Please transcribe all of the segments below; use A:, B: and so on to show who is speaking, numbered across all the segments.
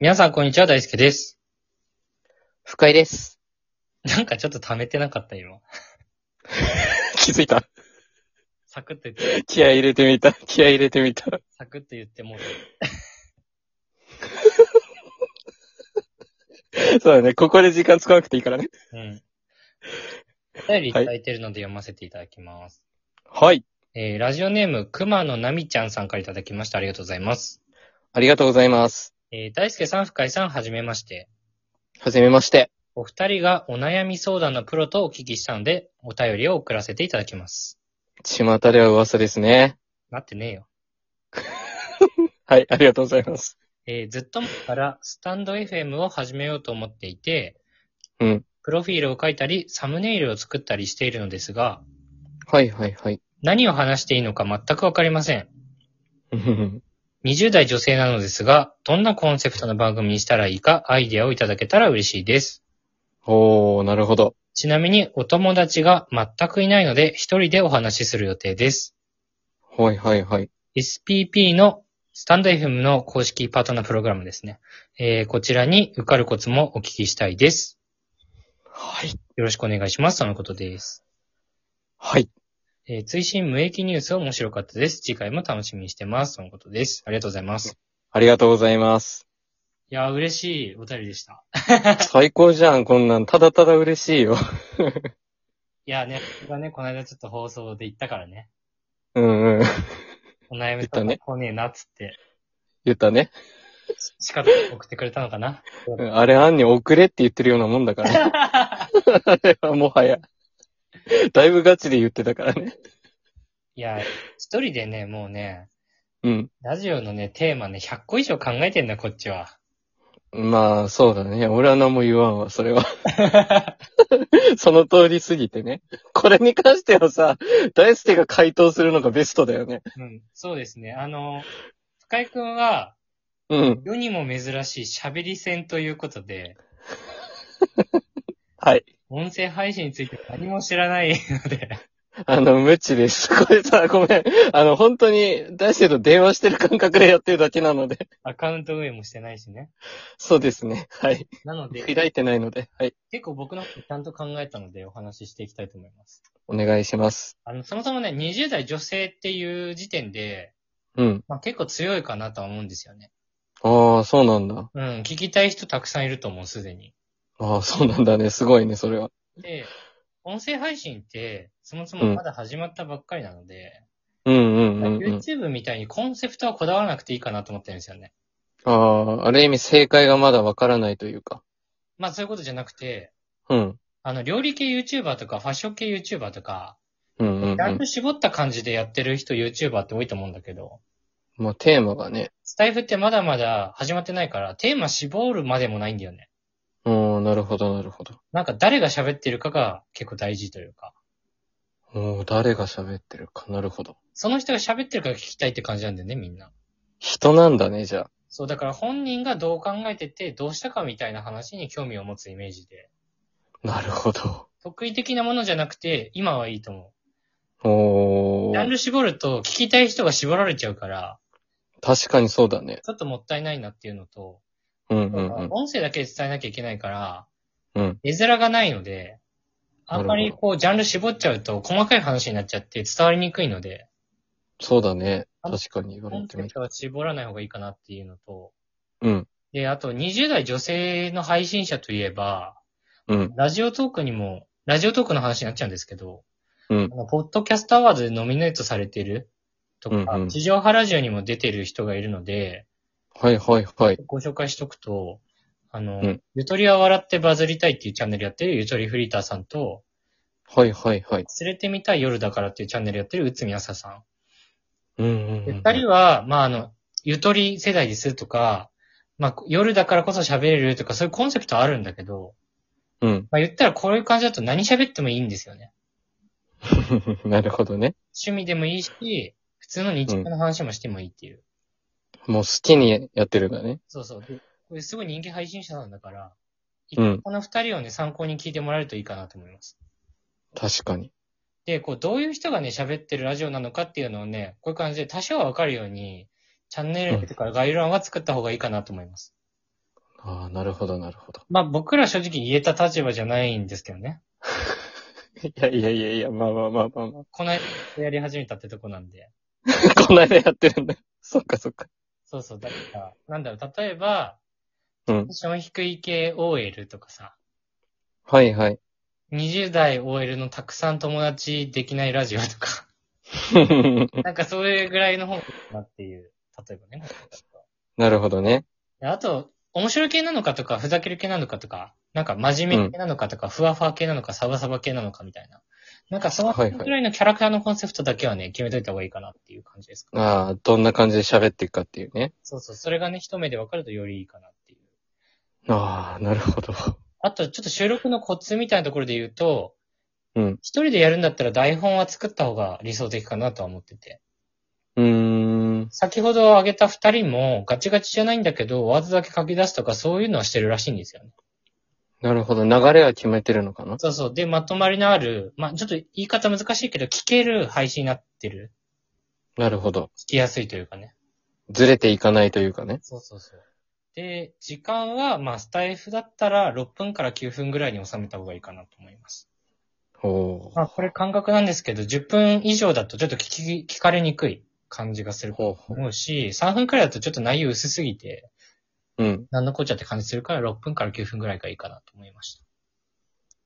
A: 皆さん、こんにちは。大輔です。
B: 深井です。
A: なんかちょっと溜めてなかった、今。
B: 気づいた。
A: サクッと言って、
B: 気合い入れてみた。気合い入れてみた。
A: サクッと言ってもうた。
B: そうだね。ここで時間使わなくていいからね。
A: うん。お便りいただいてるので読ませていただきます。
B: はい。
A: えー、ラジオネーム、熊野奈美ちゃんさんからいただきました。ありがとうございます。
B: ありがとうございます。
A: えー、大輔さん、深井さん、はじめまして。
B: はじめまして。
A: お二人がお悩み相談のプロとお聞きしたので、お便りを送らせていただきます。
B: 巷では噂ですね。
A: なってねえよ。
B: はい。ありがとうございます。
A: えーずっと前からスタンド FM を始めようと思っていて、
B: うん
A: プロフィールを書いたり、サムネイルを作ったりしているのですが、
B: はいはいはい。
A: 何を話していいのか全くわかりません。
B: うんうんうん
A: 20代女性なのですが、どんなコンセプトの番組にしたらいいかアイデアをいただけたら嬉しいです。
B: おー、なるほど。
A: ちなみにお友達が全くいないので、一人でお話しする予定です。
B: はいはいはい。
A: SPP のスタンド FM の公式パートナープログラムですね。えーこちらに受かるコツもお聞きしたいです。
B: はい。
A: よろしくお願いします。とのことです。
B: はい。
A: えー、追伸無益ニュース面白かったです。次回も楽しみにしてます。とのことです。ありがとうございます。
B: ありがとうございます。
A: いやー、嬉しいお便りでした。
B: 最高じゃん、こんなん。ただただ嬉しいよ。
A: いやーね、僕がね、この間ちょっと放送で言ったからね。
B: うんうん。
A: お悩み
B: 言
A: と
B: っ
A: か
B: たね
A: 来ねえなっつって、
B: 言ったね。
A: 仕方なく送ってくれたのか な。
B: うんあれ、あんに遅れって言ってるようなもんだから。あれは もはや。だいぶガチで言ってたからね。
A: いやー、一人でね、もうね、
B: うん。
A: ラジオのね、テーマね、100個以上考えてんだ、こっちは。
B: まあ、そうだね。俺は何も言わんわ、それは。その通りすぎてね。これに関してはさ、大輔が回答するのがベストだよね。
A: うん、そうですね。あのー、深井くんは、
B: うん。
A: 世にも珍しい喋り線ということで、
B: はい。
A: 音声配信について何も知らないので、
B: あの、無知です。これさ、ごめん。あの、本当に、大輔と電話してる感覚でやってるだけなので。
A: アカウント運営もしてないしね。
B: そうですね。はい。
A: なので、
B: 開いてないので。はい。
A: 結構僕のことちゃんと考えたのでお話ししていきたいと思います。
B: お願いします。
A: あの、そもそもね、20代女性っていう時点で、
B: うん。
A: まあ、結構強いかなとは思うんですよね。
B: ああ、そうなんだ。
A: うん、聞きたい人たくさんいると思う、すでに。
B: ああ、そうなんだね。すごいね、それは。
A: で、音声配信って、そもそもまだ始まったばっかりなので、
B: うんうんうん、うん。
A: YouTube みたいにコンセプトはこだわらなくていいかなと思ってるんですよね。
B: ああ、ある意味正解がまだわからないというか。
A: まあそういうことじゃなくて、
B: うん。
A: あの、料理系 YouTuber とか、ファッション系 YouTuber とか、
B: うんうん、うん。
A: だいぶ絞った感じでやってる人 YouTuber って多いと思うんだけど、
B: まあ、テーマがね。
A: スタイフってまだまだ始まってないから、テーマ絞るまでもないんだよね。
B: うーん、なるほど、なるほど。
A: なんか誰が喋ってるかが結構大事というか、
B: おー誰が喋ってるか、なるほど。
A: その人が喋ってるから聞きたいって感じなんだよね、みんな。
B: 人なんだね、じゃあ。
A: そう、だから本人がどう考えてて、どうしたかみたいな話に興味を持つイメージで、
B: なるほど。
A: 得意的なものじゃなくて、今はいいと思
B: お
A: う。ジャン
B: ー
A: ル絞ると、聞きたい人が絞られちゃうから、
B: 確かにそうだね。
A: ちょっともったいないなっていうのと、
B: うんうんうん。
A: 音声だけで伝えなきゃいけないから、
B: うん
A: 絵面がないので、あんま
B: な
A: り
B: る
A: こう、ジャンル絞っちゃうと、細かい話になっちゃって伝わりにくいので、
B: そうだね。
A: あ
B: 確かに言わ
A: コ
B: れ
A: ン
B: て
A: セ
B: み
A: プ
B: る。
A: トは絞らない方がいいかなっていうのと、
B: うん。
A: で、あと20代女性の配信者といえば、
B: うん。
A: ラジオトークにも、ラジオトークの話になっちゃうんですけど、
B: うん
A: あのポッドキャストアワードでノミネートされてるとか、
B: うんうん
A: 地上波ラジオにも出てる人がいるので、
B: はいはいはい。
A: ご紹介しとくと、あ
B: う
A: の、
B: ん
A: ゆとりは笑ってバズりたいっていうチャンネルやってるゆとりフリーターさんと、
B: はいはいはい。
A: 連れてみたい夜だからっていうチャンネルやってる内海あささん。
B: うんうんう
A: で
B: ん。
A: 二人は、まあ、あの、ゆとり世代ですとか、まあ、夜だからこそ喋れるとか、そういうコンセプトあるんだけど、
B: うん。
A: まあ、言ったらこういう感じだと何喋ってもいいんですよね。
B: なるほどね。
A: 趣味でもいいし、普通の日常の話もしてもいいっていう。
B: もう好きにやってるんだね。
A: そうそう。でこれすごい人気配信者なんだから、
B: うん
A: この二人をね、参考に聞いてもらえるといいかなと思います。
B: 確かに。
A: で、こう、どういう人がね、喋ってるラジオなのかっていうのをね、こういう感じで多少はわかるように、チャンネルとか概要欄は作った方がいいかなと思います。
B: ああ、なるほど、なるほど。
A: まあ僕ら正直言えた立場じゃないんですけどね。
B: いやいやいやいや、まあまあまあまあまあ。
A: この間やり始めたってとこなんで。
B: この間やってるんだ。そっかそっか。
A: そうそう、だから、なんだろう、例えば、
B: うん
A: テンション低い系 OL とかさ、
B: はいはい。
A: 20代 OL のたくさん友達できないラジオとか、なんかそれぐらいの方がいいかなっていう、例えばね。
B: なるほどね。
A: であと、面白い系なのかとか、ふざける系なのかとか、なんか真面目系なのかとか、ふわふわ系なのか、サバサバ系なのかみたいな。なんかその
B: はいはい
A: ぐらいのキャラクターのコンセプトだけはね、決めといた方がいいかなっていう感じですか、
B: ああ、どんな感じで喋っていくかっていうね。
A: そうそう、それがね、一目で分かるとよりいいかなっていう。
B: ああ、なるほど。
A: あと、ちょっと収録のコツみたいなところで言うと、
B: うん。
A: 一人でやるんだったら台本は作った方が理想的かなとは思ってて。
B: うーん。
A: 先ほど挙げた二人もガチガチじゃないんだけど、ワードだけ書き出すとかそういうのはしてるらしいんですよね。
B: なるほど。流れは決めてるのかな
A: そうそう。で、まとまりのある、まあ、ちょっと言い方難しいけど、聞ける配信になってる。
B: なるほど。
A: 聞きやすいというかね。
B: ずれていかないというかね。
A: そうそうそう。で、時間は、まあ、スタイフだったら6分から9分ぐらいに収めた方がいいかなと思います。
B: ほう。
A: まあ、これ感覚なんですけど、10分以上だとちょっと聞き、聞かれにくい感じがすると
B: ほうほ
A: 思うし、3分くらいだとちょっと内容薄すぎて、
B: う。うん。
A: なんのこっちゃって感じするから6分から9分くらいがいいかなと思いました。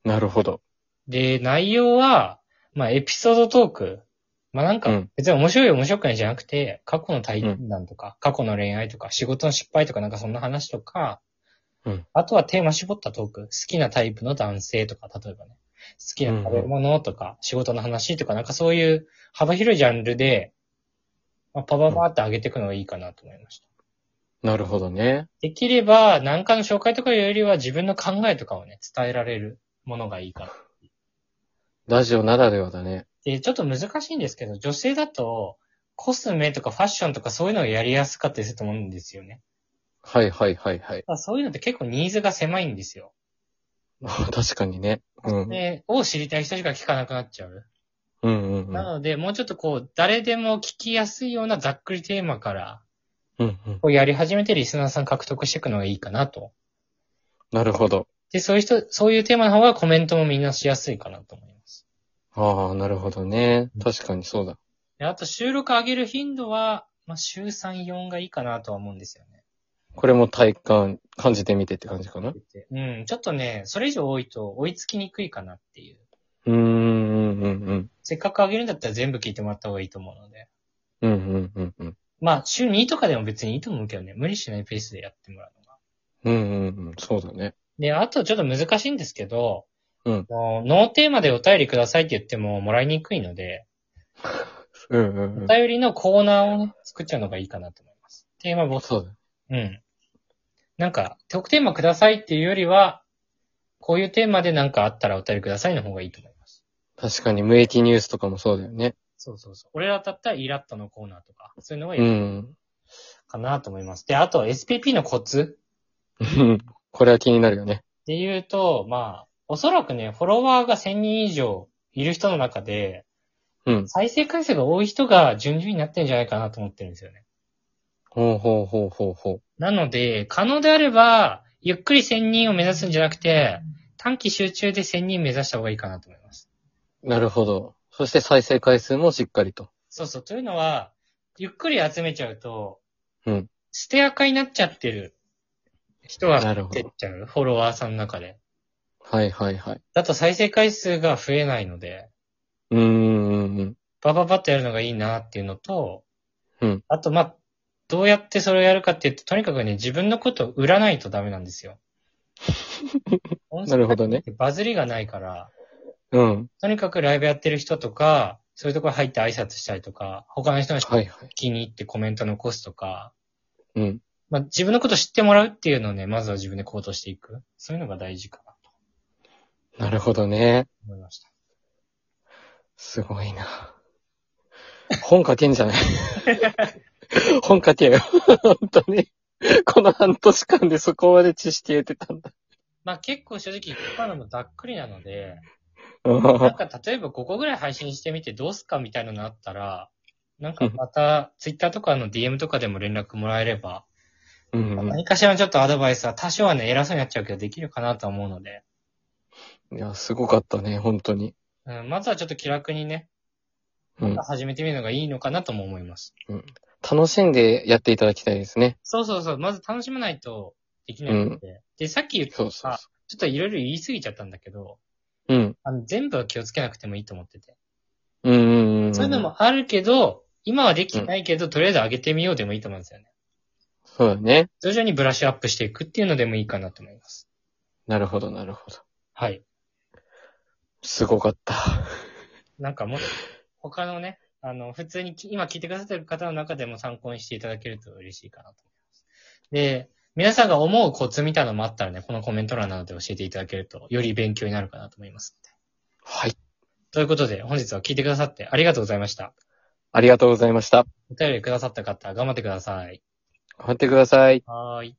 B: なるほど。
A: で、内容は、まあ、エピソードトーク。まあ、なん
B: う
A: か
B: ん、
A: 別に面白い面白くないじゃなくて、過去の体験談とか、過去の恋愛とか、仕事の失敗とかなんかそんな話とか、
B: うん
A: あとはテーマ絞ったトーク。好きなタイプの男性とか、例えばね。好きな食べ物とか、仕事の話とか、なんかそういう幅広いジャンルで、まあ、パパパーって上げていくのがいいかなと思いました。
B: なるほどね。
A: できれば、何かの紹介とかよりは自分の考えとかをね、伝えられるものがいいかな。
B: ラジオならではだね。
A: で、ちょっと難しいんですけど、女性だと、コスメとかファッションとかそういうのをやりやすかったりすると思うんですよね。
B: はいはいはいはい。
A: まあそういうのって結構ニーズが狭いんですよ。
B: あ確かにね。うん。
A: で、を知りたい人しか聞かなくなっちゃう。
B: うんうんうん。
A: なので、もうちょっとこう、誰でも聞きやすいようなざっくりテーマから、
B: うんうん。
A: こうやり始めてリスナーさん獲得していくのがいいかなと。
B: なるほど。
A: で、そういう人、そういうテーマの方がコメントもみんなしやすいかなと思います。
B: ああ、なるほどね。確かにそうだ。
A: であと、収録上げる頻度は、まあ、週3、4がいいかなとは思うんですよね。
B: これも体感、感じてみてって感じかな。
A: うん、ちょっとね、それ以上多いと追いつきにくいかなっていう。
B: うーん、うん、うん、
A: せっかくあげるんだったら全部聞いてもらった方がいいと思うので。
B: うん。うん、うん、うん、うん。
A: まあ、週2とかでも別にいいと思うけどね、無理しないペースでやってもらうのが。
B: うん、うん、うん。そうだね。
A: で、あとちょっと難しいんですけど、
B: うん
A: もうノーテーマでお便りくださいって言ってももらいにくいので、
B: うん、うん、
A: お
B: うん。
A: 便りのコーナーをね、作っちゃうのがいいかなと思います。テーマボス。
B: そうだ。
A: うん。なんか、特テーマくださいっていうよりは、こういうテーマでなんかあったらお便りくださいの方がいいと思います。
B: 確かに無益ニュースとかもそうだよね。
A: そうそうそう。俺らだったらイラッとのコーナーとか、そういうのがいうい
B: ん。
A: かなと思います。で、あと SPP のコツ
B: これは気になるよね。
A: で言うと、まあ、おそらくね、フォロワーが1000人以上いる人の中で、
B: うん。
A: 再生回数が多い人が順々になってるんじゃないかなと思ってるんですよね。
B: ほうほうほうほうほ
A: なので、可能であれば、ゆっくり1000人を目指すんじゃなくて、短期集中で1000人目指した方がいいかなと思います。
B: う。なるほど。そして再生回数もしっかりと。
A: そうそう。というのは、ゆっくり集めちゃうと、
B: うん。
A: 捨て垢になっちゃってる人が
B: なるほど
A: 出ちゃう。フォロワーさんの中で。
B: はいはいはい。
A: だと再生回数が増えないので、
B: うーん、うん、うん。
A: バババッとやるのがいいなっていうのと、
B: うん。
A: あと、まあ、どうやってそれをやるかっていうと、とにかくね、自分のことを売らないとダメなんで すよ。
B: なるほどね。
A: バズりがないから、
B: うん。
A: とにかくライブやってる人とか、そういうところ入って挨拶したりとか、他の人の
B: はいはい。
A: 気に入ってコメント残すとか、
B: うん。
A: まあ、自分のこと知ってもらうっていうのをね、まずは自分で行動していく。そういうのが大事かなと
B: なるほどね。
A: 思いました。
B: すごいな。本書けんじゃ ない本書けよ。本当に。この半年間でそこまで知識得てたんだ。
A: まあ結構正直言ったのもざっくりなので、
B: うん
A: なんか例えば5個ぐらい配信してみてどうすかみたいなのあったら、なんかまた Twitter とかの DM とかでも連絡もらえれば、
B: うんうん。
A: 何かしらのちょっとアドバイスは多少はね、偉そうになっちゃうけどできるかなとは思うので、
B: いや、すごかったね、本当に。
A: うん、まずはちょっと気楽にね、
B: うん。
A: 始めてみるのがいいのかなとも思います。
B: 楽しんでやっていただきたいですね。
A: そうそうそう、まず楽しまないとできないので、で、さっき言った、ち
B: そ
A: ょ
B: うそう
A: あっといろいろ言い過ぎちゃったんだけど、
B: そう。うん。
A: あの全部は気をつけなくてもいいと思ってて。
B: うんうんうん。
A: そういうの。もあるけど、今はできてないけど、とりあえず上げてみようでもいいと思うんですよね。
B: そうだね。
A: 徐々にブラッシュアップしていくっていうのでもいいかなと思います。
B: なるほど、なるほど。
A: はい。
B: すごかった。
A: なんかもっと、他のね、あの、普通にき今聞いてくださってる方の中でも参考にしていただけると嬉しいかなと思います。で、皆さんが思うコツみたいなのもあったらね、このコメント欄などで教えていただけると、より勉強になるかなと思いますので。
B: はい。
A: ということで、本日は聞いてくださってありがとうございました。
B: ありがとうございました。
A: お便りくださった方、頑張ってください。
B: 頑張ってください。
A: はーい。